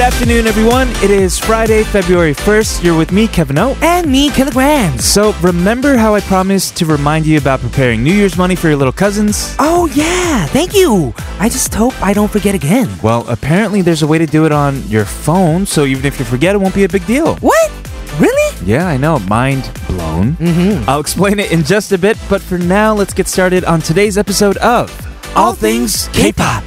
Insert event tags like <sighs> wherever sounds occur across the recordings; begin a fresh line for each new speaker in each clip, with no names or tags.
afternoon, everyone. It is Friday, February 1st. You're with me, Kevin O.
And me, kilograms.
So, remember how I promised to remind you about preparing New Year's money for your little cousins?
Oh, yeah. Thank you. I just hope I don't forget again.
Well, apparently there's a way to do it on your phone, so even if you forget, it won't be a big deal.
What? Really?
Yeah, I know. Mind blown.
Mm-hmm.
I'll explain it in just a bit, but for now, let's get started on today's episode of
All Things K-Pop.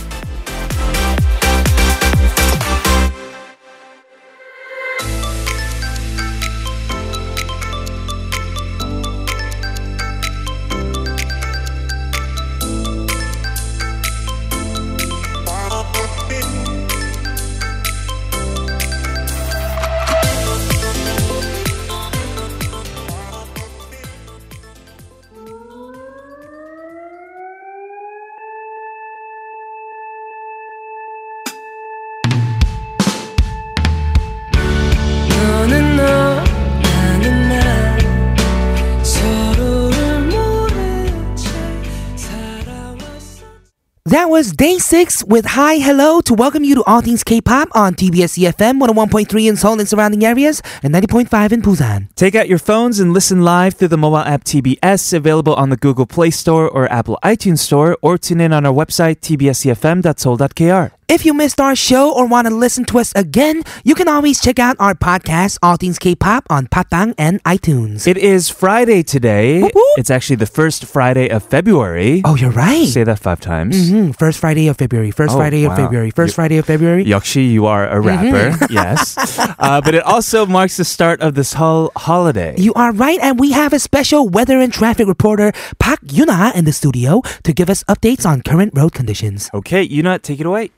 That was day six with Hi Hello to welcome you to All Things K-Pop on TBS EFM 101.3 in Seoul and surrounding areas and 90.5 in Busan.
Take out your phones and listen live through the mobile app TBS, available on the Google Play Store or Apple iTunes Store, or tune in on our website, tbscfm.soul.kr.
If you missed our show or want to listen to us again, you can always check out our podcast, All Things K-Pop, on Patang and iTunes.
It is Friday today.
Whoop whoop.
It's actually the first Friday of February.
oh, you're right.
Say that five times.
hmm First Friday of February. First
Oh,
Friday of
wow.
February. First
You-
Friday of February.
Yakshi, you are a
Mm-hmm.
rapper,
<laughs>
yes. Uh, but it also marks the start of this whole holiday.
You are right, and we have a special weather and traffic reporter, Pak Yuna, in the studio to give us updates on current road conditions.
okay, you not take it away.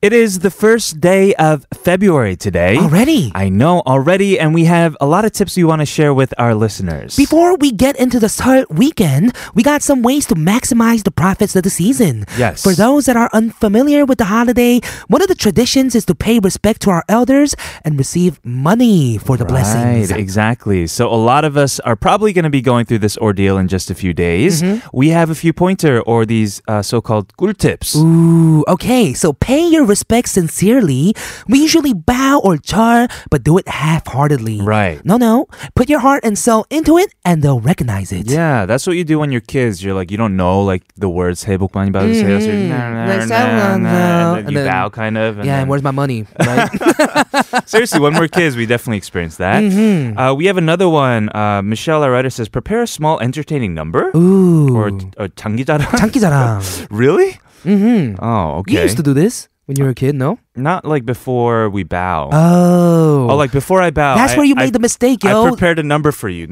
It is the first day of February today.
Already.
I know already, and we have a lot of tips we want to share with our listeners.
Before we get into the Seoul weekend, we got some ways to maximize the profits of the season.
Yes.
For those that are unfamiliar with the holiday, one of the traditions is to pay respect to our elders and receive money for the blessings.
Right, exactly. So a lot of us are probably going to be going through this ordeal in just a few days.
Mm-hmm.
We have a few pointer or these uh, so-called cool tips.
Ooh, okay, so pay your respects sincerely. We usually bow or char, but do it half heartedly.
Right.
No, no. Put your heart and soul into it, and they'll recognize it.
Yeah, that's what you do when you're kids. You're like, you don't know like the words "Hey, book 많이 받으세요." So you're nah, nah,
Mm-hmm. Like,
nah,
someone,
nah, and
uh,
then
and
you
then-
bow, kind of. And
Yeah,
then-
and where's my money?
<laughs>
Right?
Seriously, when we're kids, we definitely experience that.
Mm-hmm.
Uh, we have another one. Uh, Michelle, our writer, says, "Prepare a small, entertaining number."
Ooh.
Or or 장기자랑. <laughs>
장기자랑.
really?
hmm
Oh, okay.
You used to do this when you were a kid, no?
Not like before we bow.
Oh.
oh, like before I bow.
That's
I-
where you
I-
made the mistake,
I
yo.
prepared a number for you.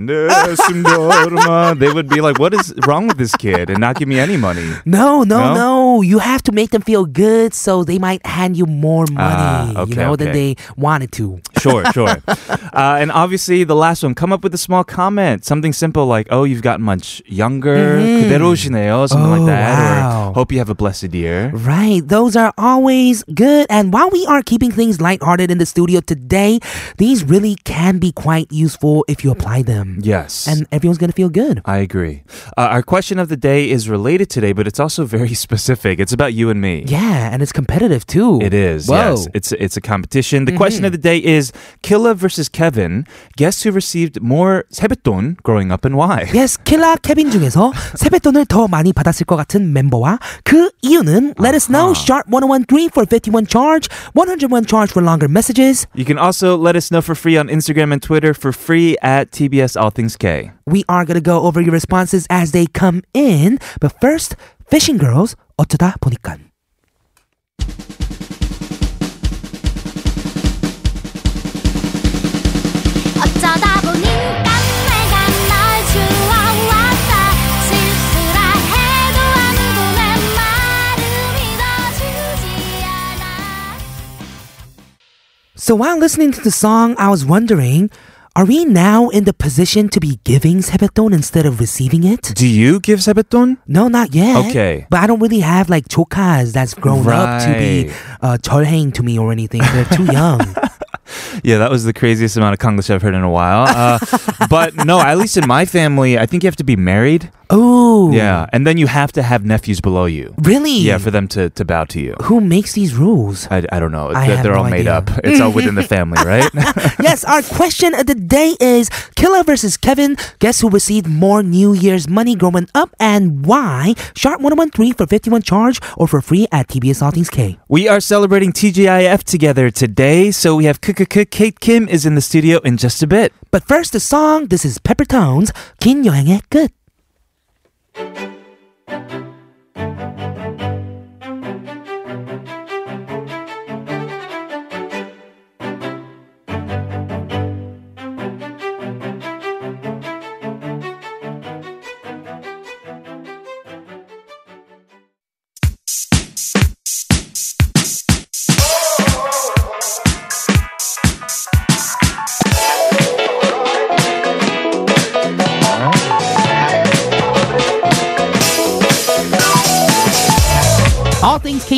<laughs> they would be like, "What is wrong with this kid?" and not give me any money.
No, no,
No?
no, You have to make them feel good so they might hand you more money,
Ah, okay,
you know, than
okay.
they wanted to.
Sure, sure. uh, and obviously, the last one, come up with a small comment. Something simple like, oh, you've gotten much younger. 그대로시네요. Something like
Oh,
that. Or
wow.
hope you have a blessed year.
Right, those are always good. And while we are keeping things lighthearted in the studio today, these really can be quite useful if you apply them.
Yes.
And everyone's gonna feel good.
I agree. Uh, our question of the day is related today, but it's also very <laughs> specific. It's about you and me.
Yeah, and it's competitive too.
It is.
Whoa.
Yes. It's it's a competition. The question of the day is Killa versus Kevin. Guess who received more 세뱃돈 growing up and why?
Yes, 킬라 케빈 중에서 세뱃돈을 더 많이 받았을 것 같은 멤버와 그 이유는 let us know sharp 1013 for 51 charge, 101 charge for longer messages.
You can also let us know for free on Instagram and Twitter for free at TBS All Things K.
We are gonna go over your responses as they come in, but first, Fishing Girls 어쩌다 보니깐.
어쩌다 보니까 내가 널 주워왔다 실수라 해도 아무도 내 말을 믿어주지 않아
So while listening to the song, I was wondering, are we now in the position to be giving sebeton instead of receiving it?
Do you give 세뱃돈?
No, not yet.
Okay.
But I don't really have like chokas that's grown up to be
Right. <laughs>
uh, 절행 to me or anything. They're too young.
Yeah, that was the craziest amount of Konglish I've heard in a while. <laughs> Uh, but no, at least in my family, I think you have to be married.
Oh.
Yeah, and then you have to have nephews below you.
Really?
Yeah, for them to, to bow to you.
Who makes these
<laughs>
rules?
I, I don't know.
I
They're,
have
they're
no
all made
idea.
up. It's all <laughs> within the family, right?
yes, our question of the day is Killer versus Kevin. Guess who received more New Year's money growing up and why? Sharp 1013 for 51 charge or for free at TBS All Things K.
we are celebrating TGIF together today, so we have KKK Kate Kim is in the studio in just a bit.
But first, the song. This is Peppertones. 긴 여행의 끝. All things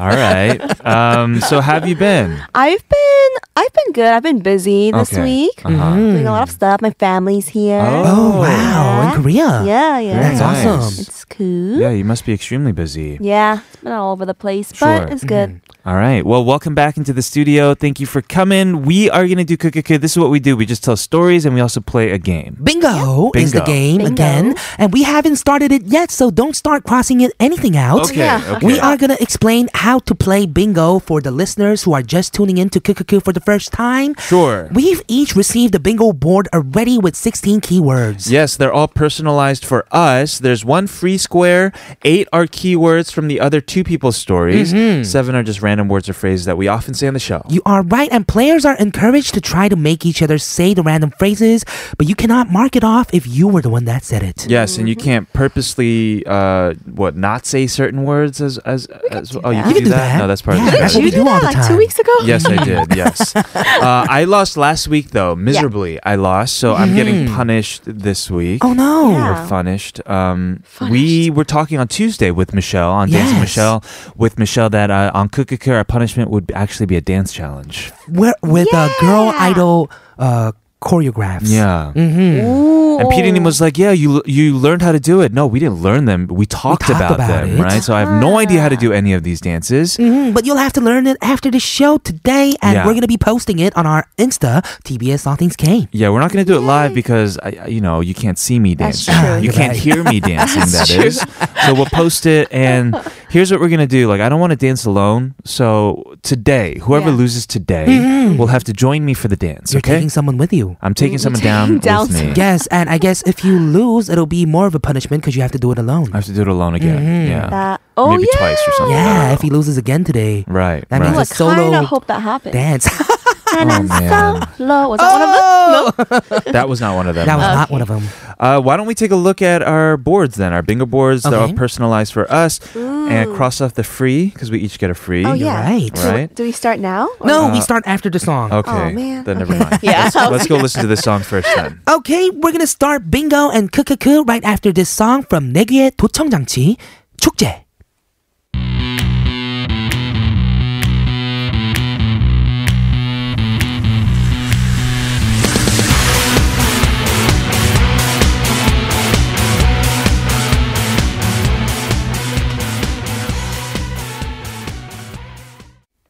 All right. Um, so, have you been?
I've been I've been good. I've been busy this
Okay.
week, Mm-hmm.
Uh-huh.
doing a lot of stuff. My family's here.
Mm. Oh wow, in Korea.
Yeah, yeah.
Very
That's
nice.
awesome.
It's cool.
Yeah, you must be extremely busy.
Yeah, it's been all over the place,
Sure.
but it's good.
Mm-hmm.
All right. Well, welcome back into the studio. Thank you for coming. We are going to do Kukukuk. This is what we do. We just tell stories and we also play a game.
Bingo, is
Bingo.
the game
Bingo.
again, and we haven't started it yet, so don't start crossing it anything out.
Okay.
Yeah.
okay.
We are going to explain how to play bingo for the listeners who are just tuning in to Kukuku for the first time.
Sure.
We've each received a bingo board already with 16 keywords.
Yes, they're all personalized for us. There's one free square, eight are keywords from the other two people's stories,
Mm-hmm.
seven are just random words or phrases that we often say on the show.
You are right, and players are encouraged to try to make each other say the random phrases, but you cannot mark it off if you were the one that said it.
yes, and you can't purposely uh, what not say certain words as as, as oh you can
that. You
do
can do that.
No, that's part
Yeah,
of the
that's what
strategy.
we do all the
like
time.
two weeks ago.
Yes, I
<laughs>
did. Yes, uh, I lost last week though miserably. I lost, so
Mm-hmm.
I'm getting punished this week.
Oh no.
Yeah.
Or punished. Um, We were talking on Tuesday with Michelle on Dancing
Yes.
Michelle with Michelle that uh, on Kukukur our punishment would actually be a dance challenge.
We're with uh, girl
Yeah.
idol uh, choreographs.
Yeah.
Ooh.
And
Oh.
Peter was like, "Yeah, you you learned how to do it. No, we didn't learn them. We talked,
talked
about,
about
them,
it.
right? So I have no idea how to do any of these dances.
Mhm, but you'll have to learn it after the show today, and
Yeah.
we're gonna be posting it on our Insta, TBS All Things K.
Yeah, we're not going to do it live because I, I- you know you can't see me
That's
dancing.
true.
You
You're
can't
right.
hear
<laughs>
me dancing. that
That's
is. So we'll post it. And here's what we're going to do. Like I don't want to dance alone. So today, whoever
Yeah.
loses today will have to join me for the dance.
Mm-hmm. You're
okay.
taking someone with you.
I'm taking someone down,
<laughs>
taking down
with me.
Yes, and I guess if you lose, it'll be more of a punishment because you have to do it alone.
I have to do it alone again.
Mm-hmm.
Yeah.
That- oh,
Maybe
yeah.
twice or something. I don't
Yeah,
know.
if he loses again today,
Right.
That
right. Oh,
means
Ooh, I
It's a solo
kind of hope that happens.
dance. <laughs>
And I'm
man.
solo. Was that one of
Oh,
them?
that was not one of them.
that was not one of them.
Uh, why don't we take a look at our boards then? Our bingo boards that are
Okay.
personalized for us, and cross off the free because we each get a free.
Oh,
You're
yeah.
right.
Do,
Right. Uh,
do we start
<laughs>
now? Or-
No, we start after the song.
Okay.
Oh, man.
Then never mind.
Yeah.
Let's, let's go listen to this song first then.
Okay, we're gonna start bingo and kukuku right after this song from 내귀의 도청장치 축제.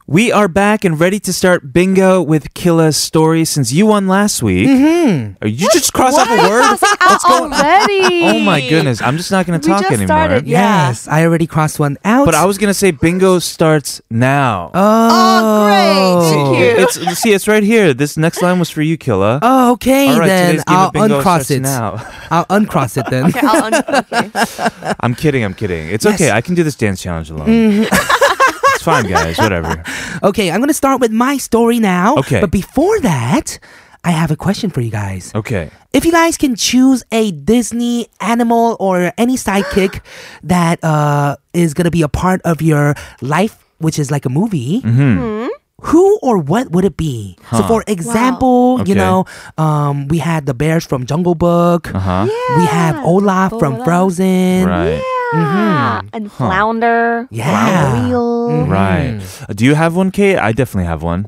We are back and ready to start bingo with Killa's story since you won last week. Mm-hmm. You just cross off a word?
Out already.
Oh my goodness. I'm just not going to
We
talk
just
anymore.
started. Yeah.
Yes, I already crossed one out.
But I was going to say bingo starts now.
Oh,
Oh, great. Thank you.
It's, see, it's right here. This next line was for you, Killa.
Oh, okay,
All right,
then
today's game
I'll
of bingo
uncross
starts
it.
now. <laughs>
I'll uncross it then.
Okay, I'll un- okay.
I'm kidding. I'm kidding. It's
Yes. Mm-hmm.
okay. I can do this dance challenge alone. <laughs> it's fine, guys. Whatever.
Okay, I'm gonna start with my story now.
Okay.
But before that, I have a question for you guys.
Okay.
If you guys can choose a Disney animal or
<gasps>
any sidekick that uh, is gonna be a part of your life, which is like a movie.
Mm-hmm.
Hmm?
Who or what would it be? So, for example,
Okay.
you know, um, we had the bears from Jungle Book.
Uh huh.
We have Olaf from
Olaf.
Frozen.
Right.
Yeah.
Mm-hmm.
And flounder.
Yeah.
Real.
Right.
Mm.
Uh, Do you have one, Kate? I definitely have one.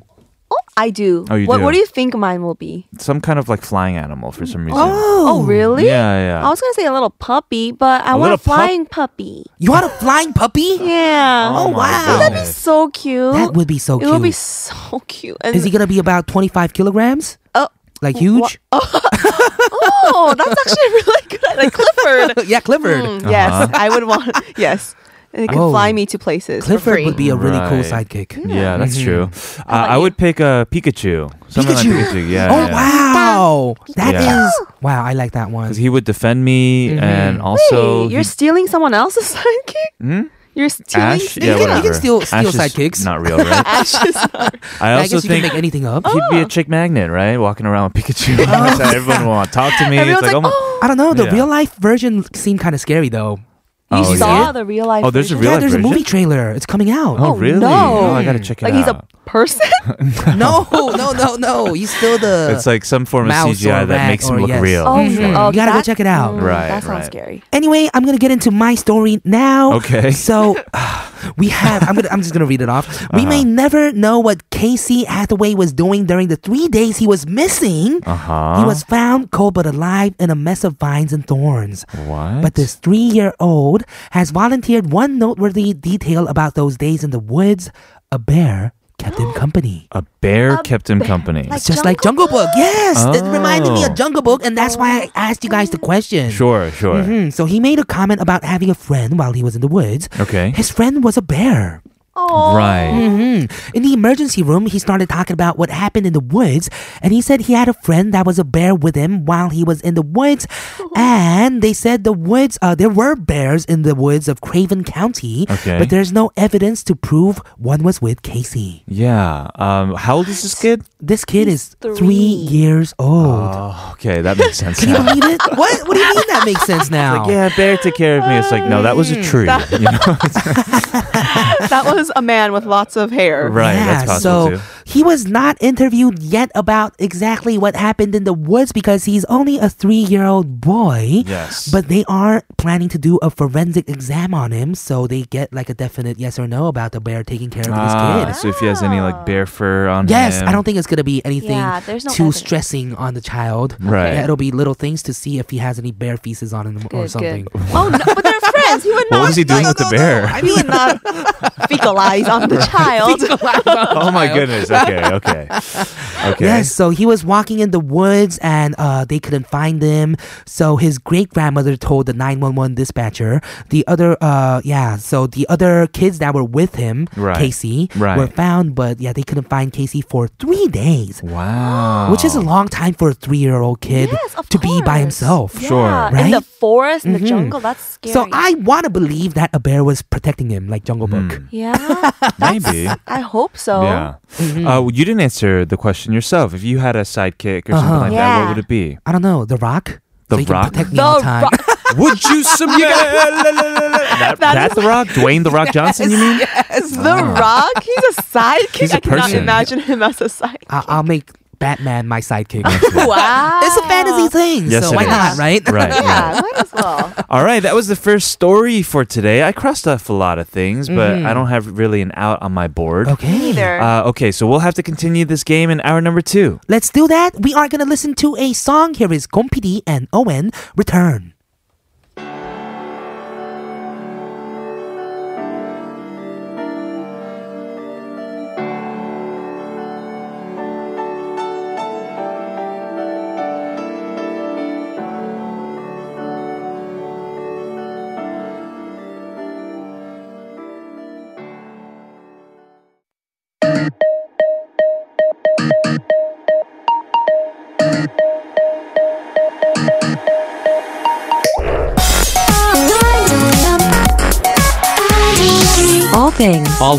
Oh, I do.
Oh, you
what,
do.
what do you think mine will be?
Some kind of like flying animal for some reason.
Oh, really?
Yeah, yeah.
I
Oh,
was gonna say a little puppy, but
A
I want
little
a
pup-
flying puppy.
You had a flying puppy?
Yeah.
Oh, my
wow.
goodness.
That'd be so cute.
That would be so
It would
cute.
be so cute. And
Is he gonna be about 25 kilograms?
<laughs> Oh.
Like huge?
oh, that's actually a really good. Like Clifford.
yeah, Clifford.
Mm,
Uh-huh.
Yes, I would want. <laughs> Yes, and it can
Oh.
Whoa.
fly me to places. for
Clifford
free.
would be a really cool
Right.
sidekick.
Yeah, that's
Mm-hmm.
true. Uh,
about
I
you?
would pick a Pikachu. Someone like
Pikachu?
Pikachu. Yeah.
Oh wow, that is
Yeah.
wow. I like that one.
Because he would defend me,
Mm-hmm.
and also
Wait, you're
he-
stealing someone else's <laughs> sidekick?
Hmm?
You're stealing
Ash.
Ste-
Yeah,
you can- you
whatever.
can steal- steal
Ash is
sidekicks.
Not real,
<laughs>
right?
Ash's-
I
I,
also
guess you
think
can make anything up.
he'd be a chick magnet, right? Walking around with Pikachu. That's how everyone would want to talk to me.
Everyone's
it's like, oh,
like,
my-
oh,
I don't know. The
Yeah.
real life version seemed kind of scary though.
you
Oh, yeah.
saw the real life.
Oh, there's a
version?
real
yeah,
life
there's
version?
a movie trailer. It's coming out.
Oh,
Oh,
really? Oh,
no.
I gotta check it
Like
out.
he's a
<laughs>
person.
<laughs> no, no, no, no. He's still the.
it's like some form of
mouse
CGI
or
that
rat
makes him
or
look
yes.
real.
Oh,
Mhm.
no. Oh,
You gotta go
that-
check it out.
Right,
That sounds
right.
scary.
Anyway, I'm gonna get into my story now.
Okay.
So
<laughs>
<sighs> we have. I'm gonna. I'm just gonna read it off. We
Uh-huh.
may never know what Casey Hathaway was doing during the three days he was missing.
Uh huh.
He was found cold but alive in a mess of vines and thorns.
What?
But this three year old has volunteered one noteworthy detail about those days in the woods. A bear
<gasps>
kept him company.
a bear kept him company.
It's
like-
just like Jungle Book. Oh. Yes, it reminded
Oh.
me of Jungle Book, and that's why I asked you guys the question.
sure, sure.
Mhm. So he made a comment about having a friend while he was in the woods.
Okay.
His friend was a bear.
Oh,
Right.
hmm In the emergency room, he started talking about what happened in the woods, and he said he had a friend that was a bear with him while he was in the woods. And they said the woods, uh, there were bears in the woods of Craven County,
Okay.
but there's no evidence to prove one was with Casey.
Yeah. Um, how old is this kid?
This kid is three.
three.
years old.
Oh, okay. That makes
<laughs>
sense.
Can you
now.
believe it? What? What do you mean that makes sense now?
Like, yeah, bear took care of me. It's like, no, that was a tree. You know?
that was a man with lots of hair.
right.
Yeah,
That's possible
so
too.
he was not interviewed yet about exactly what happened in the woods because he's only a three-year-old boy.
Yes.
But they are planning to do a forensic exam on him, so they get like a definite yes or no about the bear taking care of
Ah,
this kid.
so if he has any like bear fur on
Yes,
him.
I don't think it's gonna be anything
Yeah, there's no
too
evidence.
stressing on the child.
Right.
it'll be little things to see if he has any bear feces on him or
Good,
something.
good. Oh no,
<laughs>
but they're friends. He would
What
not.
was he doing
like, "Oh,
with the bear?
I
<laughs>
mean, not fecalize on the child.
oh my goodness. Okay. <laughs> Okay. Okay.
Yes, so he was walking in the woods and uh, they couldn't find him. So his great grandmother told the 911 dispatcher. The other, uh, yeah, so the other kids that were with him,
Right.
Casey,
Right.
were found, but yeah, they couldn't find Casey for three days,
Wow.
which is a long time for a three year old kid
Oh. Yes, of
to be by
course.
himself.
Yeah,
Sure.
In the
Right?
forest, in the jungle, that's scary.
So I want to believe that a bear was protecting him, like Jungle Book.
Hmm. Yeah,
maybe.
I hope so.
Yeah. Uh, you didn't answer the question yourself. If you had a sidekick or something like that,
Uh-huh.
what
Yeah.
would it be?
I don't know, The Rock.
The
so he can
Rock?
protect me
The
all time.
Rock.
<laughs> Would you uh, submit? <laughs> that, that the <laughs> Rock, Dwayne the Rock Johnson? You mean?
<laughs> Is The Rock, he's a sidekick.
Ah. He's a
I cannot
person.
imagine him as a sidekick.
I- I'll make Batman my sidekick.
<laughs> wow.
It's a fantasy thing,
Yes,
so
it
why
is.
not, right?
Right. right.
Yeah, might as well.
All right, that was the first story for today. I crossed off a lot of things, but I don't have really an out on my board.
<laughs>
<laughs>
okay.
Either.
Uh, okay, so we'll have to continue this game in hour number two.
Let's do that. We are going to listen to a song. Here is Gompidi and Owen Return.
All things.
All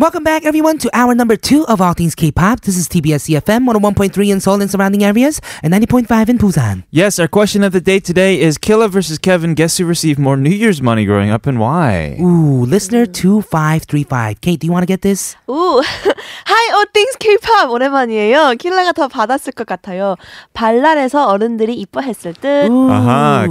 Welcome back, everyone, to hour number two of All Things K-Pop. This is TBS CFM 101.3 in Seoul and surrounding areas and 90.5 in Busan.
Yes, our question of the day today is Killa versus Kevin. Guess who received more New Year's money growing up and why?
Ooh, listener 2535. Kate, do you want to get this?
오, <laughs> Hi All Things K-pop 오랜만이에요. 킬라가 더 받았을 것 같아요. 발랄해서 어른들이 이뻐했을 듯.
Ooh.
Uh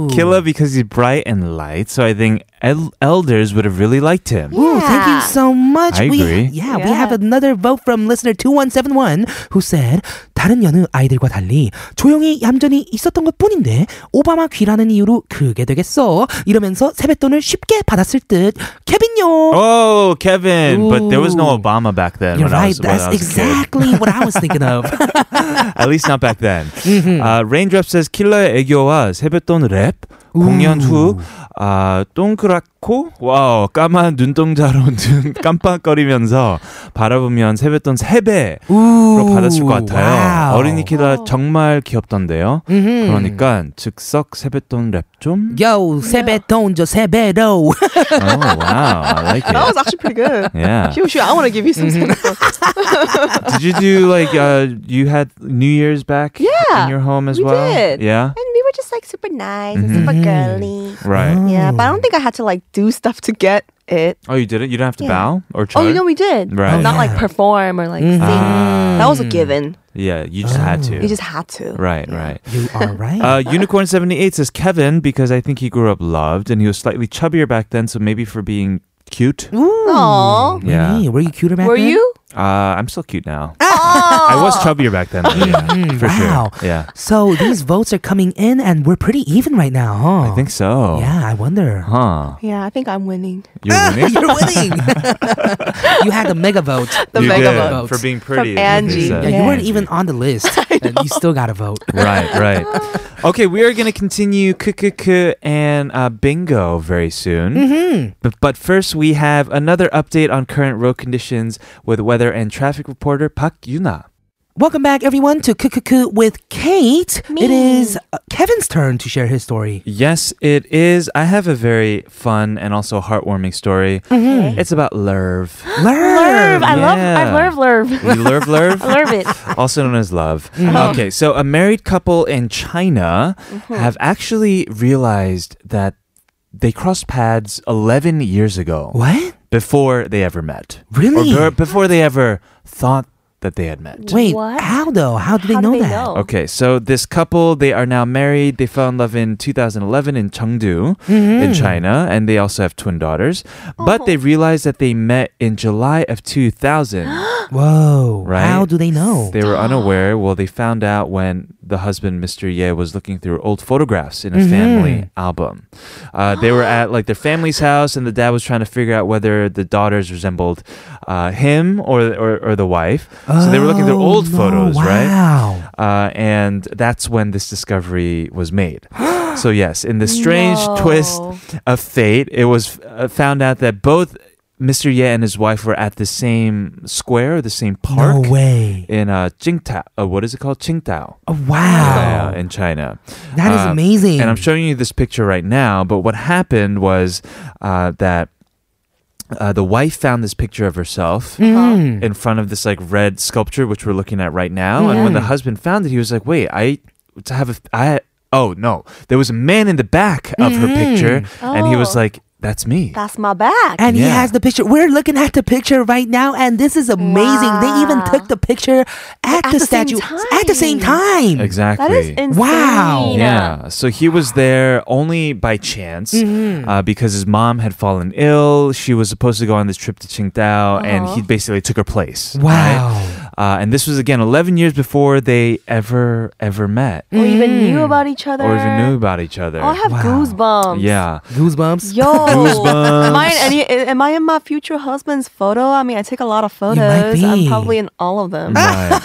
huh. Killa because he's bright and light, so I think el- elders would have really liked him.
Ooh, thank you so much.
I
we
agree. agree.
Yeah, we
Yeah.
have another vote from listener 2171 who said 다른 여느 아이들과 달리 조용히 얌전히 있었던 것뿐인데 오바마 귀라는 이유로 그게 되겠어 이러면서 세뱃돈을 쉽게 받았을 듯 케빈요
Oh, Kevin, but there was no
Ooh.
Obama back then.
You're
when I
right.
was, when I
That's
was a kid.
exactly what I was thinking of.
<laughs>
Mm-hmm.
At least not back
<laughs>
then.
Hmm.
아, Raindrop says 킬러의 애교와 세뱃돈 랩 공연 후 아, 동그랗고 와우 까만 눈동자로 <laughs> 눈 깜빡거리면서 바라보면 세뱃돈 세배로
로
받았을 것 같아요. 어린이 키다 정말 귀엽던데요.
음.
그러니까 즉석 세뱃돈 랩 좀.
Mm-hmm. Yo, 세배돈 저 세배로.
Oh, wow, I
<laughs>
like
That
it.
was actually pretty good.
<laughs> Yeah. Mm-hmm.
Shoo, shoo, I want to give you some samples.
Did you do like uh, you had New Year's back
Yeah,
in your home as
we
well?
did.
Yeah,
<laughs> And we were just like super nice and super
Mm-hmm.
girly.
right.
Yeah, but I don't think I had to like do stuff to get it.
Oh, you didn't. You didn't have to
Yeah.
bow or
Oh,
chart.
you know we did.
Right. Oh,
Not like perform or like sing.
Ah.
That was a given.
Yeah, you just had to.
Oh. You just had to.
right, right.
You are right.
Uh, Unicorn seventy eight says Kevin because I think he grew up loved and he was slightly chubbier back then, so maybe for being cute.
Aw.
Yeah,
Really? Were you cuter back
Were
then?
you?
uh, I'm still cute
<laughs>
now. I was chubbier back then, though, yeah,
Mm-hmm.
for
Wow.
sure. Yeah,
So
<laughs>
these votes are coming in, and we're pretty even right now, huh?
I think so.
Yeah, I wonder.
Huh?
Yeah, I think I'm winning. <laughs>
You're winning.
<laughs> You're winning. <laughs> you had the mega vote.
The
you
mega
did,
vote.
for being pretty.
From
They
Angie.
said.
Yeah, you
Yeah.
weren't even on the
<laughs>
list, and you still got a vote.
right, right. <laughs> Okay, we are going to continue kukuku and uh, bingo very soon. Mm-hmm. But, but first, we have another update on current road conditions with weather and traffic reporter Park Yuna.
Welcome back, everyone, to Kukuku with Kate.
Me.
It is uh, Kevin's turn to share his story.
Yes, it is. I have a very fun and also heartwarming story.
Mm-hmm.
It's about Lerv.
Learn.
Lerv. I love
Mm. Yeah.
I love Lerv. <laughs>
<laughs> You Lerv Lerv? Mm-hmm.
I love it.
also known as love. Okay, so a married couple in China have actually realized that they crossed paths 11 years ago.
What?
Before they ever met.
Really?
Or be- before they ever thought that they had met.
Wait,
What?
how though? How did
How
they know
do they
that?
know?
Okay, so this couple, they are now married. They fell in love in 2011 in Chengdu, in China, and they also have twin daughters. But they realized that they met in July of 2000.
Whoa.
Right?
How do they know?
They were unaware. Well, they found out when the husband, Mr. Ye, was looking through old photographs in a
Mm-hmm.
family album. Uh, they were at like their family's house, and the dad was trying to figure out whether the daughters resembled uh, him or, or or the wife. so they were looking through
Oh,
old
no.
photos, right?
Wow.
Uh, and that's when this discovery was made.
<gasps>
so yes, in the strange twist
No.
of fate, it was uh, found out that both. Mr. Ye and his wife were at the same square, the same park
No way.
in uh, Qingtao. Uh, what is it called? Qingtao.
Oh,
Yeah, uh,
wow.
in China.
That is
Um,
amazing.
And I'm showing you this picture right now, but what happened was uh, that uh, the wife found this picture of herself
Mm.
in front of this like red sculpture, which we're looking at right now. And when the husband found it, he was like, wait, I to have a, I, oh no, there was a man in the back of her picture. And he was
Oh.
like, that's me.
That's my back.
And he
Yeah.
has the picture. We're looking at the picture right now, and this is amazing. They even
Wow.
took the picture at,
At
the,
the same
statue at the same time.
exactly.
That is insane.
Wow.
Yeah. So he was there only by chance uh, because his mom had fallen ill. She was supposed to go on this trip to Qingdao, and he basically took her place.
Wow.
right? Uh, and this was again 11 years before they ever ever met
Or even knew about each other.
Hmm. or even knew about each other.
Oh, I have
Wow.
goosebumps.
yeah.
Goosebumps.
Yo, am I, in any, am I in my future husband's photo? I mean, I take a lot of photos.
might be.
I'm probably in all of them.
Right.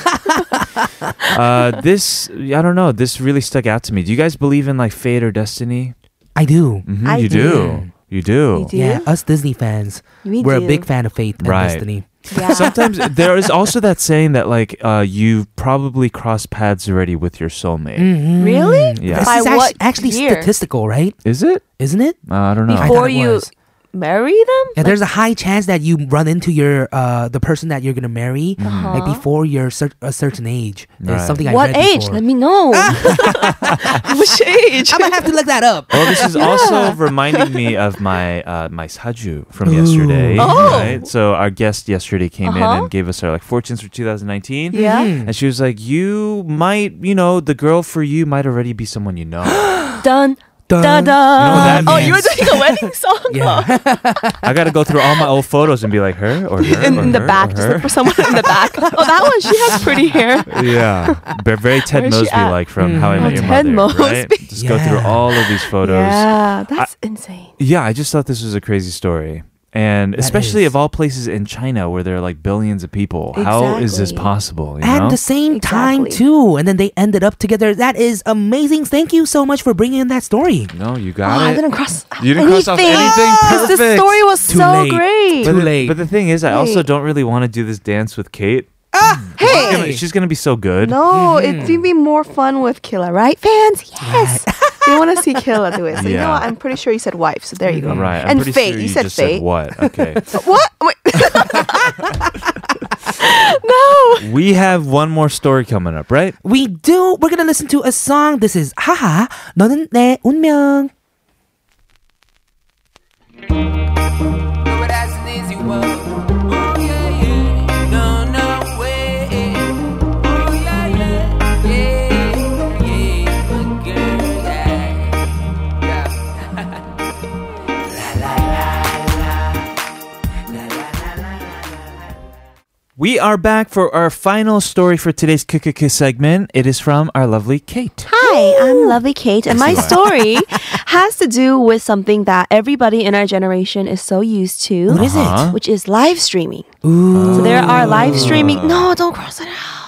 uh, this I don't know. This really stuck out to me. Do you guys believe in like fate or destiny?
I do.
Mhm,
I
you
do.
do. You do.
You do?
Yeah, us Disney fans.
We
are a
do.
big fan of Faith and
Right.
Destiny.
Yeah. <laughs>
Sometimes there is also that saying that like uh, you've probably crossed paths already with your soulmate.
Mm. really?
Yeah,
Mm-hmm. This
By
is
what
actually, actually
year?
statistical, right?
is it?
Isn't it?
Uh, I don't know.
I
Before
thought it
you
was.
marry them?
Yeah, there's a high chance that you run into your uh the person that you're gonna marry like before you're cer- a certain age. There's
Right.
something I
Uh-huh. what
read
age?
before. <laughs>
Let me know.
Ah.
<laughs>
<laughs>
Which age?
I'm gonna have to look that up.
Well, this
<laughs>
is also reminding me of my uh, my saju from yesterday.
Oh. Uh-huh.
Right? So our guest yesterday came in and gave us our like fortunes for 2019.
yeah.
And she was
<gasps>
like, "You might, you know, the girl for you might already be someone you know."
Done. 따다.
You know what that
어,
means.
요즘이가
<laughs>
웨딩송.
Yeah.
I gotta go through all my old photos and be like her or her.
<laughs> In,
or
in the
her,
back, just
or
look for someone in
<laughs>
the back. Oh, that one, she has pretty hair.
her. Yeah, They're very Ted
Where's she
Mosby
at?
like from How I Met
Oh,
Your
Ted
Mother. Right? <laughs>
Mosby.
Just go through
Yeah.
all of these <laughs> photos.
Yeah, that's insane.
Yeah, I just thought this was a crazy story. And especially of all places in China where there are like billions of people. How is this
Exactly.
possible? <laughs> You know?
At the same time
Exactly.
too, and then they ended up together. That is amazing. Thank you so much for bringing in that story.
no, you
Oh,
got it.
I didn't cross out
You didn't cross off anything.
Because the
Perfect.
story was
Too
so
late.
great.
but, the,
Too late.
but the thing is, I also
Wait. Ah,
don't really want to do this dance with Kate. She's gonna-
Hey,
She's gonna be so good.
no,
Mm-hmm.
it would be more fun with Killa, right, fans? Yes, <laughs> they want to see Killa do it. So you
Yeah. Mm-hmm.
know what? I'm pretty sure you said wife, so there you go.
Right. I'm
and
pretty
fate,
sure
you, said
just
fate.
said what?
<laughs>
Okay.
What?
<laughs>
Wait. no.
we have one more story coming up, right?
We do. We're gonna listen to a song. This is 하하. 너는 내 운명.
We are back for our final story for today's KKK segment. It is from our lovely Kate.
Hi, I'm Lovely Kate,
<laughs>
and my
Yes, you
story has to do with something that everybody in our generation is so used to.
What is
Uh-huh.
it?
Which is live streaming.
Ooh. Uh-huh.
So there are live streaming. No, don't cross it out.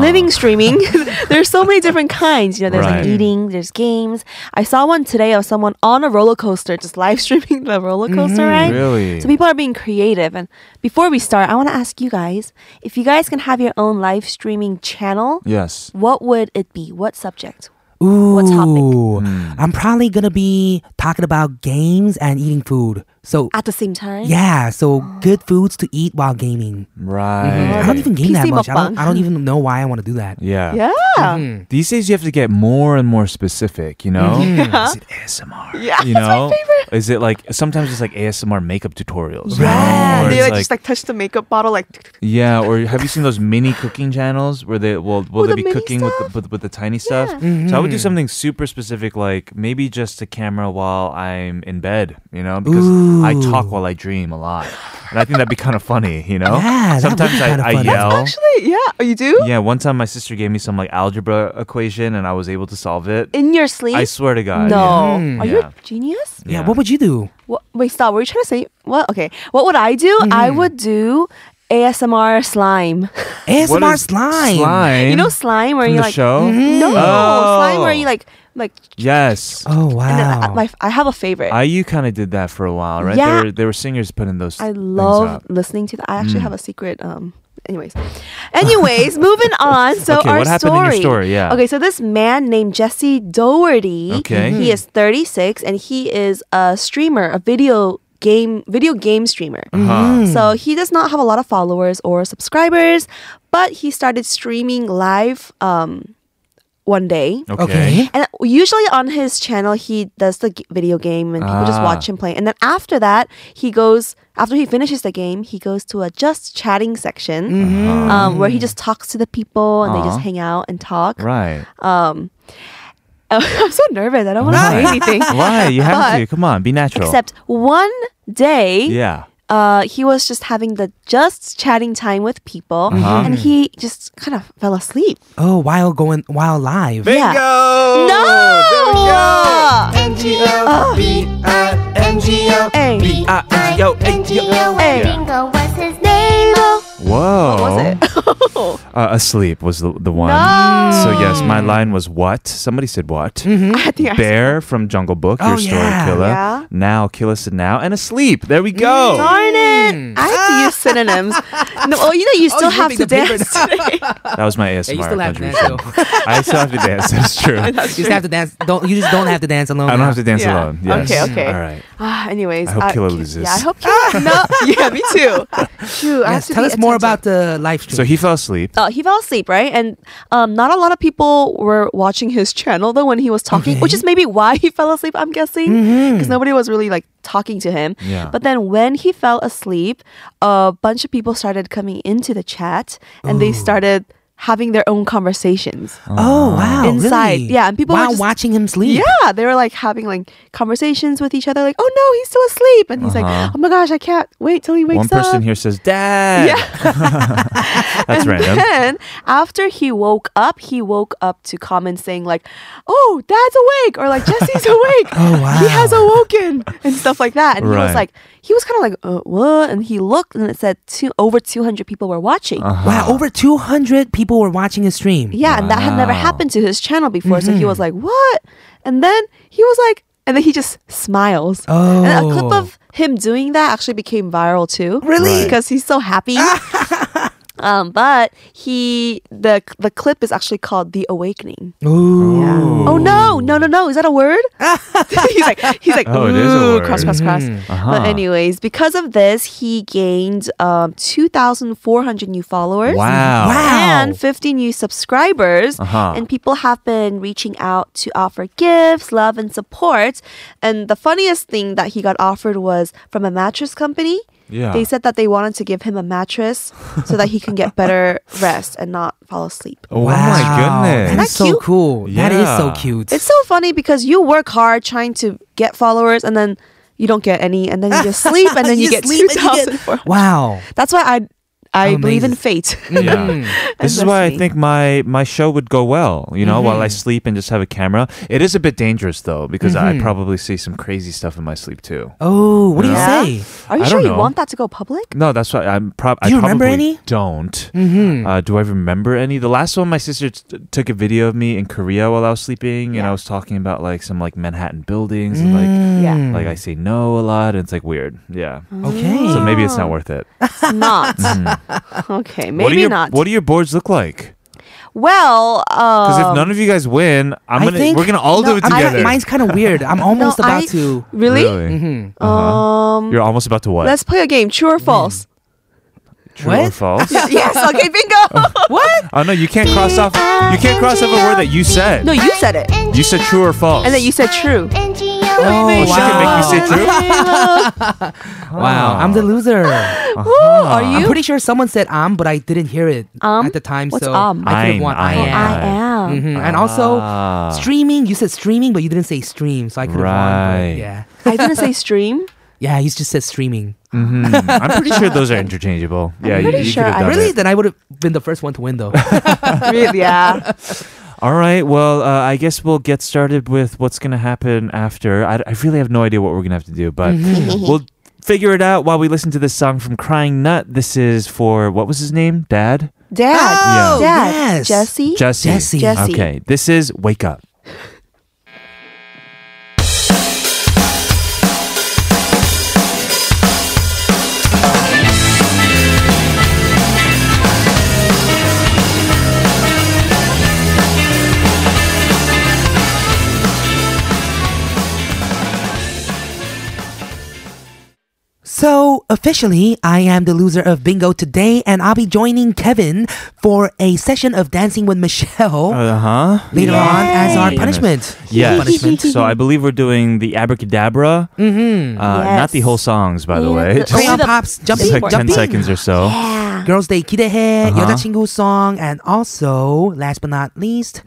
Living streaming. <laughs> there's so many different kinds. You know, there's
Right.
like eating, there's games. I saw one today of someone on a roller coaster just live <laughs> streaming the roller coaster
Mm-hmm.
ride.
Really?
So people are being creative. And before we start, I want to ask you guys if you guys can have your own live streaming channel,
Yes.
what would it be? What subject?
Ooh.
What topic?
Hmm.
I'm probably gonna be talking about games and eating food. So
At the same time?
yeah, so good foods to eat while gaming.
Mm-hmm. Right.
I don't even game that
PC
much. I don't,
mukbang.
I don't even know why I want to do that.
Yeah.
Yeah.
These days you have to get more and more specific, you know? Is it ASMR?
Yeah,
You know? Is it like sometimes it's like ASMR makeup tutorials? you know?
Yeah.
Or
They
it's
like, just like touch the makeup bottle like
Yeah, or have you seen those mini cooking channels where they will will
With
they
the
be
mini
cooking with the, with, with the tiny stuff? So I would do something super specific, like maybe just a camera while I'm in bed, you know, because I
Ooh.
talk while I dream a lot, and I think that'd be kind of funny, you know.
Yeah, that would be
sometimes
kinda
I, I
funny. That's
yell.
actually yeah oh, you do
Yeah, one time my sister gave me some like algebra equation, and I was able to solve it.
in your sleep
I swear to God.
no are you
Yeah.
a genius
Yeah. What would you do?
what, wait stop were you trying to say what okay what would I do
Mm-hmm.
I would do ASMR slime
What
ASMR
is
slime.
Slime.
you know slime where
From
you
the
like
show?
no
Oh.
slime where you like like
Yes.
Oh wow.
and then I, my, I have a favorite I,
IU kind of did that for a while, right?
Yeah.
There were, there were singers putting those. things
love
up. Mm.
listening to that I actually have a secret um anyways
<laughs>
anyways moving on so
Okay,
our
what happened in your story? Yeah.
Okay, so this man named Jesse Doherty.
Okay. Hmm.
He is 36 and he is a streamer, a video game video game streamer.
Huh.
So he does not have a lot of followers or subscribers, but he started streaming live um one day.
Okay.
And usually on his channel, he does the g- video game and people just
Ah.
watch him play. And then after that, he goes, after he finishes the game, he goes to a just chatting section um, where he just talks to the people and they just
Mm-hmm. Aw.
hang out and talk.
Right.
Um, <laughs> I'm so nervous. I don't want to say
<laughs>
anything.
Why? You have
But-
to. Come on, be natural.
Except one day,
yeah.
uh, he was just having the just chatting time with people,
Uh-huh.
and he just kind of fell asleep.
oh, while going while live.
Yeah.
Oh,
Oh. No. Hey. Hey.
Bingo was his name. Oh,
Whoa.
Oh.
<laughs> Uh, asleep was the, the one. So yes, my line was what? Somebody said what?
<laughs> I think I
Bear from Jungle Book,
Mm-hmm. Oh,
your story
yeah.
killer.
Yeah. Mm,
Now killer said now and asleep. There we go.
Darn it! I have to use synonyms. No, well, you know, you still
Hmm. Oh, you
have to
make the paper
dance today.
That was my ASMR
you still have to dance,
contribution.
<laughs>
I still have to dance. <laughs> That's true.
you just have to dance. Don't you just don't have to dance alone.
I don't
now.
have to dance
Yeah.
alone. Yes.
Okay, okay.
All right.
<laughs> Ah, anyways,
I hope Killa loses.
Yeah, I hope
<laughs>
Killa. no, yeah, me too. Shoot, I have
Yes,
to
tell
be
us more
attentive.
about the live stream.
So he fell asleep.
uh, he fell asleep, right? And um, not a lot of people were watching his channel though when he was talking, which is maybe why he fell asleep. I'm guessing because nobody was really like talking to him.
Mm-hmm. Yeah.
But then when he fell asleep, a bunch of people started coming into the chat and they started having their own conversations.
Oh wow!
Inside,
really?
yeah, and people were
while
just-
watching him sleep.
Yeah, they were like having like conversations with each other, like, "Oh no, he's still asleep," and he's like, "Oh my gosh, I can't wait till he wakes
Uh-huh. One person
<laughs> up."
here says, Dad. Yeah. <laughs> That's random.
Then after he woke up, he woke up to comments saying like, "Oh, Dad's awake," or like, "Jesse's
<laughs>
awake."
Oh, wow.
He has awoken and stuff like that. And he was
Right.
like, he was kind of like, uh, "What?" And he looked, and it said two over two hundred people were watching.
Wow, over 200 people were watching his stream.
Yeah, and that had never happened to his channel before. So he was
Mm-hmm.
like, "What?" And then he was like, and then he just smiles. And a clip
Oh.
of him doing that actually became viral too.
Really? Right.
Because he's so
<laughs>
happy. um, but he the the clip is actually called "The Awakening."
Ooh.
Oh no, no, no, no! Is that
<laughs>
a word? he's like, he's like,
Oh, it is a
"Ooh,
word."
cross, cross, cross. But
Uh-huh.
anyways, because of this, he gained um, two thousand four hundred new followers
Wow.
Wow.
and 50 new subscribers.
Uh-huh.
And people have been reaching out to offer gifts, love, and support. And the funniest thing that he got offered was from a mattress company.
Yeah.
They said that they wanted to give him a mattress so that he
<laughs>
can get better rest and not fall asleep.
Oh my goodness.
That is so
Isn't that cute?
cool. That is so
Yeah.
cute.
It's so funny because you work hard trying to get followers and then you don't get any, and then you
<laughs>
just sleep, and then you,
You
get
sleep and you get-
2,004.
wow.
That's why I, I believe in
Amazing.
fate. <laughs>
Yeah. this is why I
destiny.
think my my show would go well, you know, while I
Mm-hmm.
sleep and just have a camera. It is a bit dangerous though because
Mm-hmm.
I probably see some crazy stuff in my sleep too.
Oh, what do
Yeah.
you say?
Are you
I
sure
don't know.
you want that to go public?
No, that's why I'm prob-
you
I
remember
probably
any? Mm-hmm.
don't. Uh, do I remember any? The last one, my sister t- took a video of me in Korea while I was sleeping, and I was talking about like some like Manhattan buildings, and like
Mm.
Yeah.
like I say no a lot, and it's like weird. Yeah,
Okay.
so maybe it's not worth it.
not. Okay,
what do
maybe
your,
not.
What do your boards look like?
well,
Because if
um,
none of you guys win, I'm
I
gonna
think-
we're gonna all
No,
do it
I-
together.
mine's kind of weird. I'm almost
<laughs> No,
about
I-
to.
really,
Really?
Mm-hmm.
Um, You're almost about to what?
let's play a game. True or false?
True or
What?
<laughs>
false?
yes. Okay. Bingo. what?
Oh no, you can't cross off. You can't cross off a word that you said.
No, you said it,
you said true or false.
and then you said true.
Oh,
Oh, she can make me say true.
Wow. I'm the
<laughs>
loser.
Woo, are
I'm
you?
pretty sure someone said um, but I didn't hear it
Um?
at the time,
What's
so
um?
I could have
I'm,
won.
I am.
I am.
Mhm. And also,
Ah.
streaming. You said streaming, but you didn't say stream, so I could have won.
Right.
but Yeah.
I didn't say stream.
Yeah, you just said streaming.
Mhm. I'm pretty sure those are interchangeable. Yeah, you-
pretty
you,
sure
could have
I
done
Really?
it.
Then I would have been the first one to win,
<laughs>
though.
Really? Yeah.
All right. Well, uh, I guess we'll get started with what's going to happen after. I, I really have no idea what we're going to have to do, but <laughs> we'll figure it out while we listen to this song from Crying Nut. This is for what was his name? Dad?
Dad.
Oh,
Dad.
yes.
Jesse.
Jesse.
Jesse.
Jesse.
Okay. This is Wake Up.
So, officially, I am the loser of bingo today, and I'll be joining Kevin for a session of Dancing with Michelle
Uh huh.
Oh. later on as our
Yay.
punishment.
Yeah.
Punishment.
so I believe we're doing the abracadabra. Mm-hmm. Uh, Not the
Yes.
whole songs, by the
Yeah,
way.
the-
Just
Crayon
<laughs>
Only the
Pops,
just
jumping,
like 10
jumping.
seconds or so.
Yeah.
Girls Day 기대해,
Uh-huh.
여자친구 song, and also, last but not least,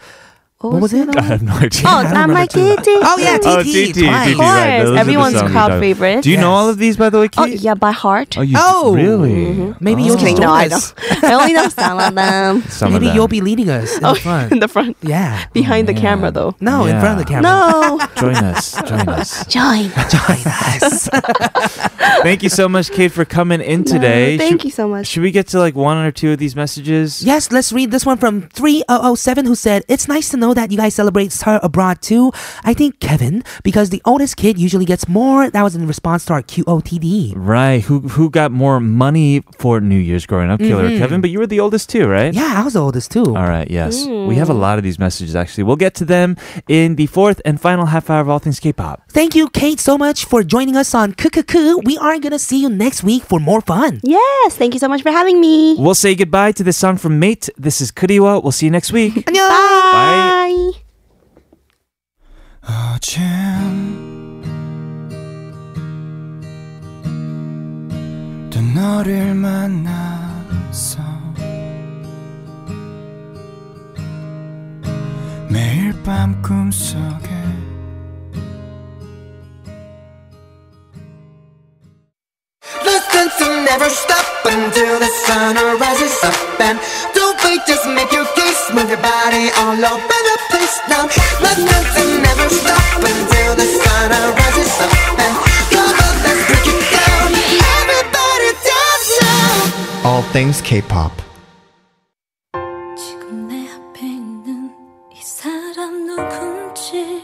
what was it?
<laughs> I have no idea.
Oh, not my kitty.
Oh, yeah, TT,
Oh, TT,
twice.
TT, right.
Of
Those are the
Everyone's
songs we
crowd
got.
favorite.
Do you know all of these, by the way, Kate?
Oh yeah, Mm-hmm. by heart.
Oh, you
Oh.
really?
<laughs> Maybe
Oh.
you'll
Just
be
kidding. No, I
joining
know.
us.
I only know some of them.
Some
Maybe
of them.
you'll be leading us in the
<laughs> in
front.
<laughs>
the front,
Yeah.
behind the
man.
camera though.
No, in
Yeah.
front of the camera.
No. <laughs>
Join us. Join us.
Join.
Join us.
Thank you so much, Kate, for coming in today.
thank
should,
you so much.
Should we get to like one or two of these messages?
Yes, let's read this one from 3007 who said, It's nice to know that you guys celebrate Star Abroad too. I think Kevin, because the oldest kid usually gets more. That was in response to our QOTD.
Right. Who who got more money for New Year's growing up, Killer
Mm-hmm.
Kevin? But you were the oldest too, right?
Yeah, I was the oldest too.
All right, yes. We
Mm.
have a lot of these messages actually. We'll get to them in the fourth and final half hour of All Things K-pop.
Thank you, Kate, so much for joining us on Kukuku. We are going to see you next week for more fun.
Yes, thank you so much for having me.
We'll say goodbye to this song from Mate. This is Kuriwa. We'll see you next week.
안녕!
Bye.
어젠 또 너를 만났어 밤 꿈속에 Listen to never stop until the sun rises up and don't wait, just make your case, move your body all over the place now. Listen to never stop until the sun rises up and come on, let's break it down. Everybody dance now. All things K-pop.
지금 내 앞에 있는 이 사람 누군지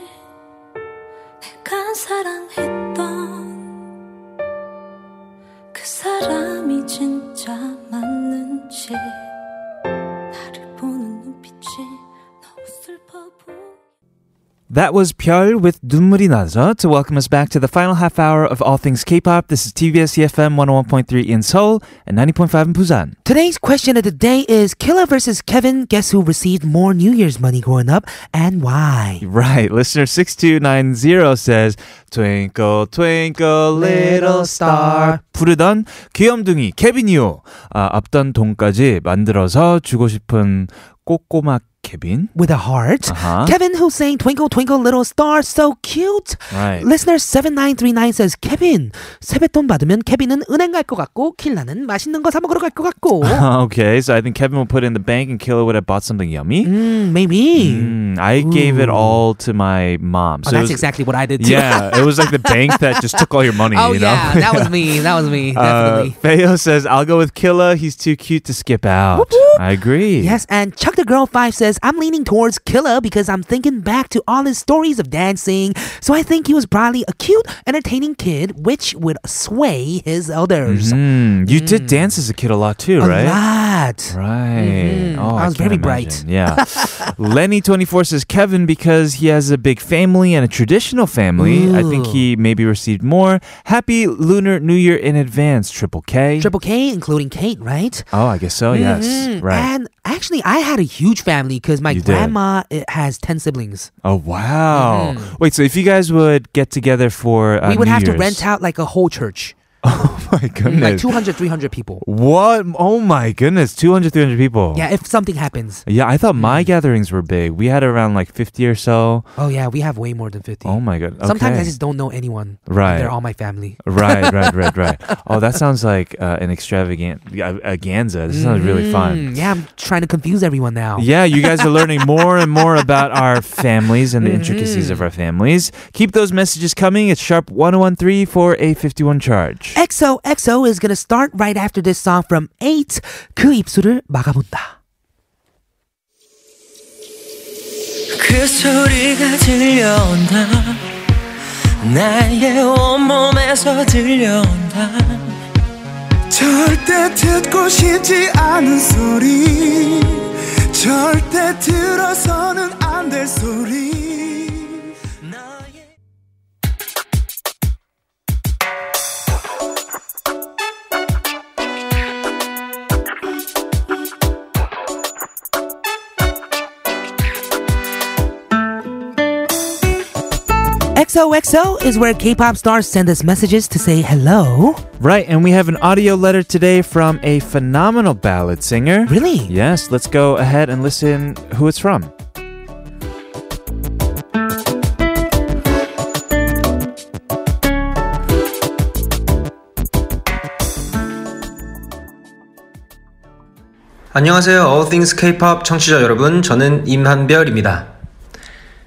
내가 사랑했던 그 사람이 진짜 맞는지 나를 보는 눈빛이 너무 슬퍼 보여
That was Pyeol with 눈물이 나서 to welcome us back to the final half hour of All Things K-pop. This is TBS EFM 101.3 in Seoul and 90.5 in Busan. <laughs>
Today's question of the day is Killer versus Kevin. Guess who received more New Year's money growing up and why?
Right, listener 6290 says Twinkle twinkle little star 부르던 귀염둥이 케빈이요. 아, 앞던 돈까지 만들어서 주고 싶은 꼬꼬마 케빈.
With a heart.
Uh-huh.
Kevin who sang Twinkle Twinkle Little Star so cute.
Right. <laughs>
Listener 7939 says Kevin 세뱃돈 받으면 케빈은 은행 갈 것 같고 킬라는 맛있는 거 사 먹으러 갈
<laughs>
것 같고.
okay, so I think Kevin will put it in the bank and Killer would have bought something yummy.
Mm, maybe.
Mm, I gave it all to my mom.
Oh,
it
that's
was-
exactly what I did too.
<laughs> Yeah, it was like the bank that just took all your money.
<laughs> Oh
you know?
yeah,
<laughs>
that was me. That was me.
Uh,
Definitely.
Feo says, "I'll go with Killa. He's too cute to skip out." I agree.
Yes, and Chuck the Girl 5 says, I'm leaning towards Killer because I'm thinking back to all his stories of dancing. So I think he was probably a cute, entertaining kid, which would sway his elders.
Mm, you did dance as a kid a lot too,
A
right?
lot.
Right.
Mhm.
Oh,
I was
can't
very bright.
imagine.
<laughs>
Yeah. Lenny24 says Kevin because he has a big family and a traditional family. I think
Ooh.
he maybe received more. Happy Lunar New Year in advance, Triple K.
Triple K, including Kate, right?
oh, I guess so. Yes.
Mhm.
Right.
And actually, I had a huge family because my
You did.
grandma uh has 10 siblings.
oh, wow. Wait, so if you guys would get together for. Uh,
Mm-hmm. we would
New
have to
Year's-
rent out like a whole church,
<laughs> Oh, my
Mm, like
goodness.
200, 300 people.
What? Oh my goodness, 200, 300 people.
Yeah, Mm. if something happens.
Yeah, I thought my gatherings were big. We had around like 50 or so.
Oh, yeah, we have way more than 50.
Oh my god. Okay.
Sometimes I just don't know anyone.
Right.
They're all my family. <laughs>
Right, right, right, right. oh, that sounds like uh, an extravagant uh, a ganza. This sounds really fun.
Mm, yeah, I'm trying to confuse everyone now.
Yeah, you guys are learning more and more about our families and the
Mm-hmm.
intricacies of our families. Keep those messages coming. It's sharp 1013 for a 51 charge.
XOXO is gonna start right after this song from 8. 그 입술을 막아본다.
그 소리가 들려온다 나의 온몸에서 들려온다 절대 듣고 싶지 않은 소리 절대 들어서는 안 될 소리 나의
XOXO is where K-pop stars send us messages to say hello.
Right, and we have an audio letter today from a phenomenal ballad singer.
Really?
Yes, let's go ahead and listen who it's from.
안녕하세요. All Things K-pop 청취자 여러분. 저는 임한별입니다.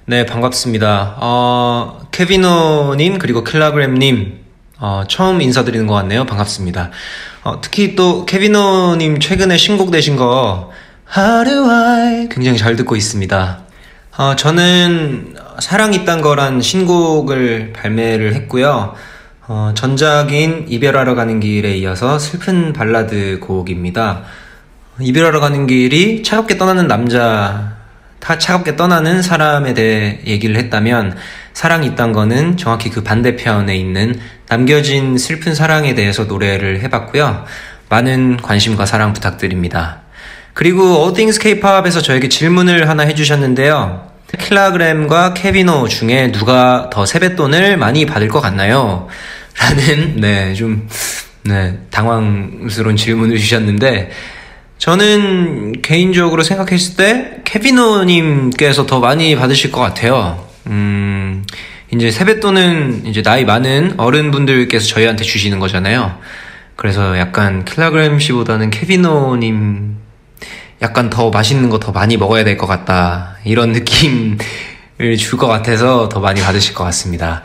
네, 반갑습니다. 어, 케비노님, 그리고 킬라그램님, 어, 처음 인사드리는 것 같네요. 반갑습니다. 어, 특히 또 케비노님 최근에 신곡 내신 거, How do I? 굉장히 잘 듣고 있습니다. 어, 저는 사랑 이딴 거란 신곡을 발매를 했고요. 어, 전작인 이별하러 가는 길에 이어서 슬픈 발라드 곡입니다. 이별하러 가는 길이 차갑게 떠나는 남자, 다 차갑게 떠나는 사람에 대해 얘기를 했다면, 사랑이 있단 거는 정확히 그 반대편에 있는 남겨진 슬픈 사랑에 대해서 노래를 해봤고요. 많은 관심과 사랑 부탁드립니다. 그리고 All Things K-POP에서 저에게 질문을 하나 해주셨는데요. 킬라그램과 케비노 중에 누가 더 세뱃돈을 많이 받을 것 같나요? 라는, 네, 좀, 네, 당황스러운 질문을 주셨는데, 저는 개인적으로 생각했을 때 케비노님께서 더 많이 받으실 것 같아요. 음, 이제 세뱃돈은 이제 나이 많은 어른분들께서 저희한테 주시는 거잖아요. 그래서 약간 킬라그램 씨보다는 케비노님 약간 더 맛있는 거 더 많이 먹어야 될 것 같다 이런 느낌을 줄 것 같아서 더 많이 받으실 것 같습니다.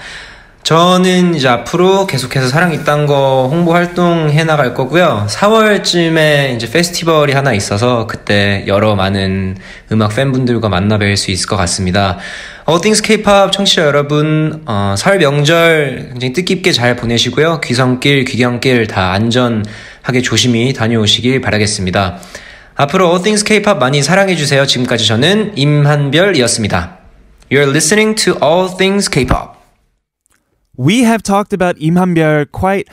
저는 이제 앞으로 계속해서 사랑 이딴 거 홍보 활동 해 나갈 거고요. 4월쯤에 이제 페스티벌이 하나 있어서 그때 여러 많은 음악 팬분들과 만나 뵐 수 있을 것 같습니다. All Things K-pop 청취자 여러분, 어, 설 명절 굉장히 뜻깊게 잘 보내시고요. 귀성길, 귀경길 다 안전하게 조심히 다녀오시길 바라겠습니다. 앞으로 All Things K-pop 많이 사랑해주세요. 지금까지 저는 임한별이었습니다. You're listening to All Things K-pop.
We have talked about Im Hanbyul quite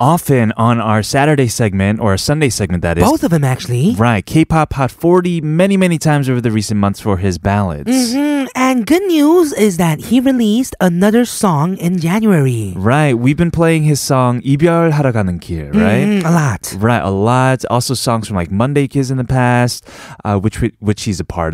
often on our Saturday segment or Sunday segment that is.
Both of them actually.
Right, K-pop Hot 40 many many times over the recent months for his ballads.
hmm And good news is that he released another song in January.
Right, we've been playing his song 이별하러 가는 길, right?
Mm, a lot.
Right, a lot. Also, songs from like Monday Kids in the past, uh, which we, which he's a part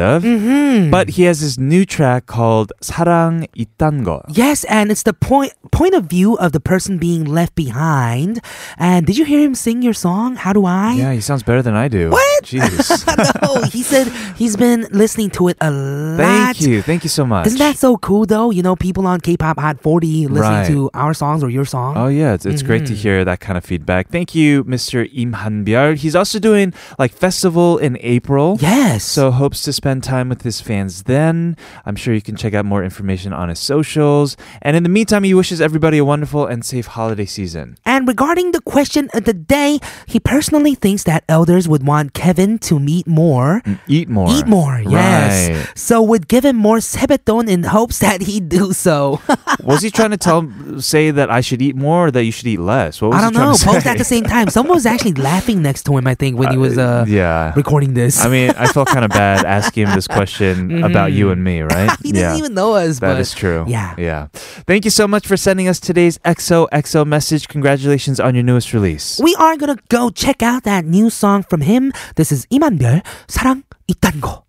of.
Mm-hmm. Mm.
But he has this new track called 사랑 이딴 거.
Yes, and it's the point point of view of the person being left behind. And did you hear him sing your song? How do I?
Yeah, he sounds better than I do.
What? <laughs>
Jesus.
no, he said he's been listening to it a lot.
Thank you. Thank you so much.
Isn't that so cool though? You know, people on K-pop Hot 40 listening
Right.
to our songs or your song.
Oh yeah, it's, it's great to
Mm-hmm.
hear that kind of feedback. Thank you, Mr. Im Hanbyul. He's also doing like festival in April.
Yes.
So hopes to spend time with his fans then. I'm sure you can check out more information on his socials. And in the meantime, he wishes everybody a wonderful and safe holiday season.
And regarding the question of the day, he personally thinks that elders would want Kevin to meet more.
Eat more.
Eat more, yes.
Right.
So would give him more sebeton in hopes that he do so. <laughs>
was he trying to tell say that I should eat more or that you should eat less? What was
I don't
he trying
know.
to
Both
say?
at the same time. Someone was actually laughing next to him. I think when
<laughs>
he was uh,
yeah.
recording this.
I mean, I felt kind of bad asking him this question about you and me, right?
<laughs> Mm-hmm. <laughs> he doesn't even know us.
That
but
is true.
Yeah.
Yeah. Thank you so much for sending us today's XOXO message. Congratulations on your newest release.
We are gonna go check out that new song from him. This is 이만별 사랑 이딴 거.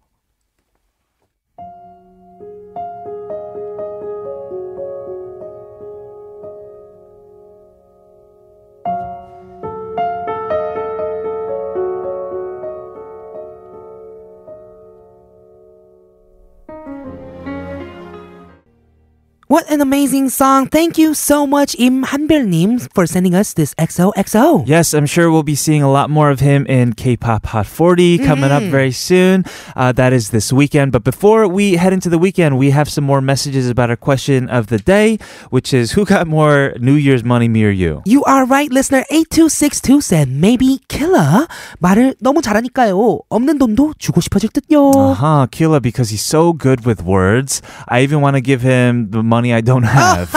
What an amazing song. Thank you so much, Im Hanbyeol-nim, for sending us this XOXO.
Yes, I'm sure we'll be seeing a lot more of him in K-pop Hot 40 coming
Mm-hmm.
up very soon. Uh, that is this weekend. But before we head into the weekend, we have some more messages about our question of the day, which is who got more New Year's money, me or you?
You are right, listener. 8262 said, maybe killer. 말을 너무 잘하니까요. 없는 돈도 주고 싶어질 듯요.
Uh-huh, Killa, because he's so good with words. I even want to give him the money I
Oh.
don't
<laughs>
have.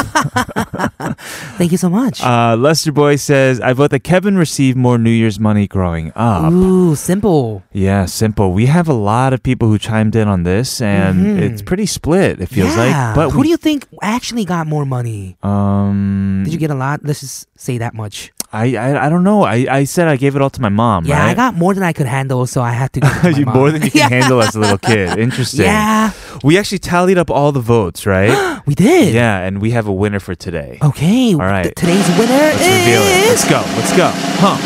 Thank you so much.
Uh, Lester Boy says, I vote that Kevin received more New Year's money growing up.
Ooh, simple.
Yeah, simple. We have a lot of people who chimed in on this, and it's pretty split, it feels
yeah.
like. But
Mm-hmm. who
we,
do you think actually got more money?
um,
Did you get a lot? Let's just say that much.
I, I, I don't know. I, I said I gave it all to my mom,
Yeah, I
right?
got more than I could handle, so I had to give it
<laughs>
to
you
my
more
mom.
than you can handle as a little
<laughs>
kid. Interesting.
Yeah,
We actually tallied up all the votes,
<gasps>
right?
we did.
yeah, and we have a winner for
Oh.
today.
Okay.
All right.
th- today's winner
Let's reveal it.
is
Let's go. Let's go. Huh.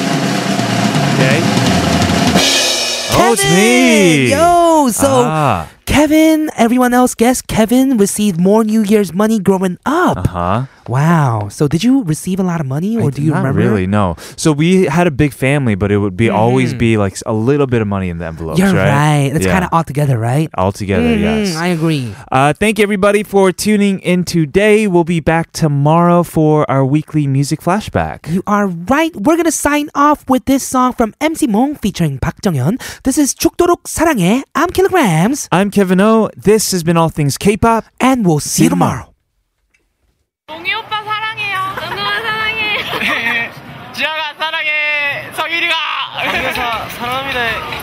Okay. Oh, it's me.
Yo, so
Ah,
Kevin, everyone else guessed Kevin received more New Year's money growing up.
huh?
Wow. So did you receive a lot of money
Ah.
or
uh-huh. I-
do you
not
remember?
really? No. So we had a big family, but it would be always be like a little bit of money in the envelopes,
Mm-hmm. You're
right?
right. It's kind of all together, right?
all together.
Mhm,
Yes.
I agree.
Uh, thank you, everybody, for tuning in today. We'll be back tomorrow for our weekly music flashback.
You are right. We're gonna sign off with this song from MC Mong featuring Park Jonghyun. This is 죽도록 사랑해. I'm Kilograms,
I'm Kevin O. This has been All Things K-pop.
and we'll see you tomorrow.
동희 오빠 사랑해요. 동동아 <laughs> 사랑해. 지아가 사랑해. 성일이가. 강유사 사랑합니다. 음,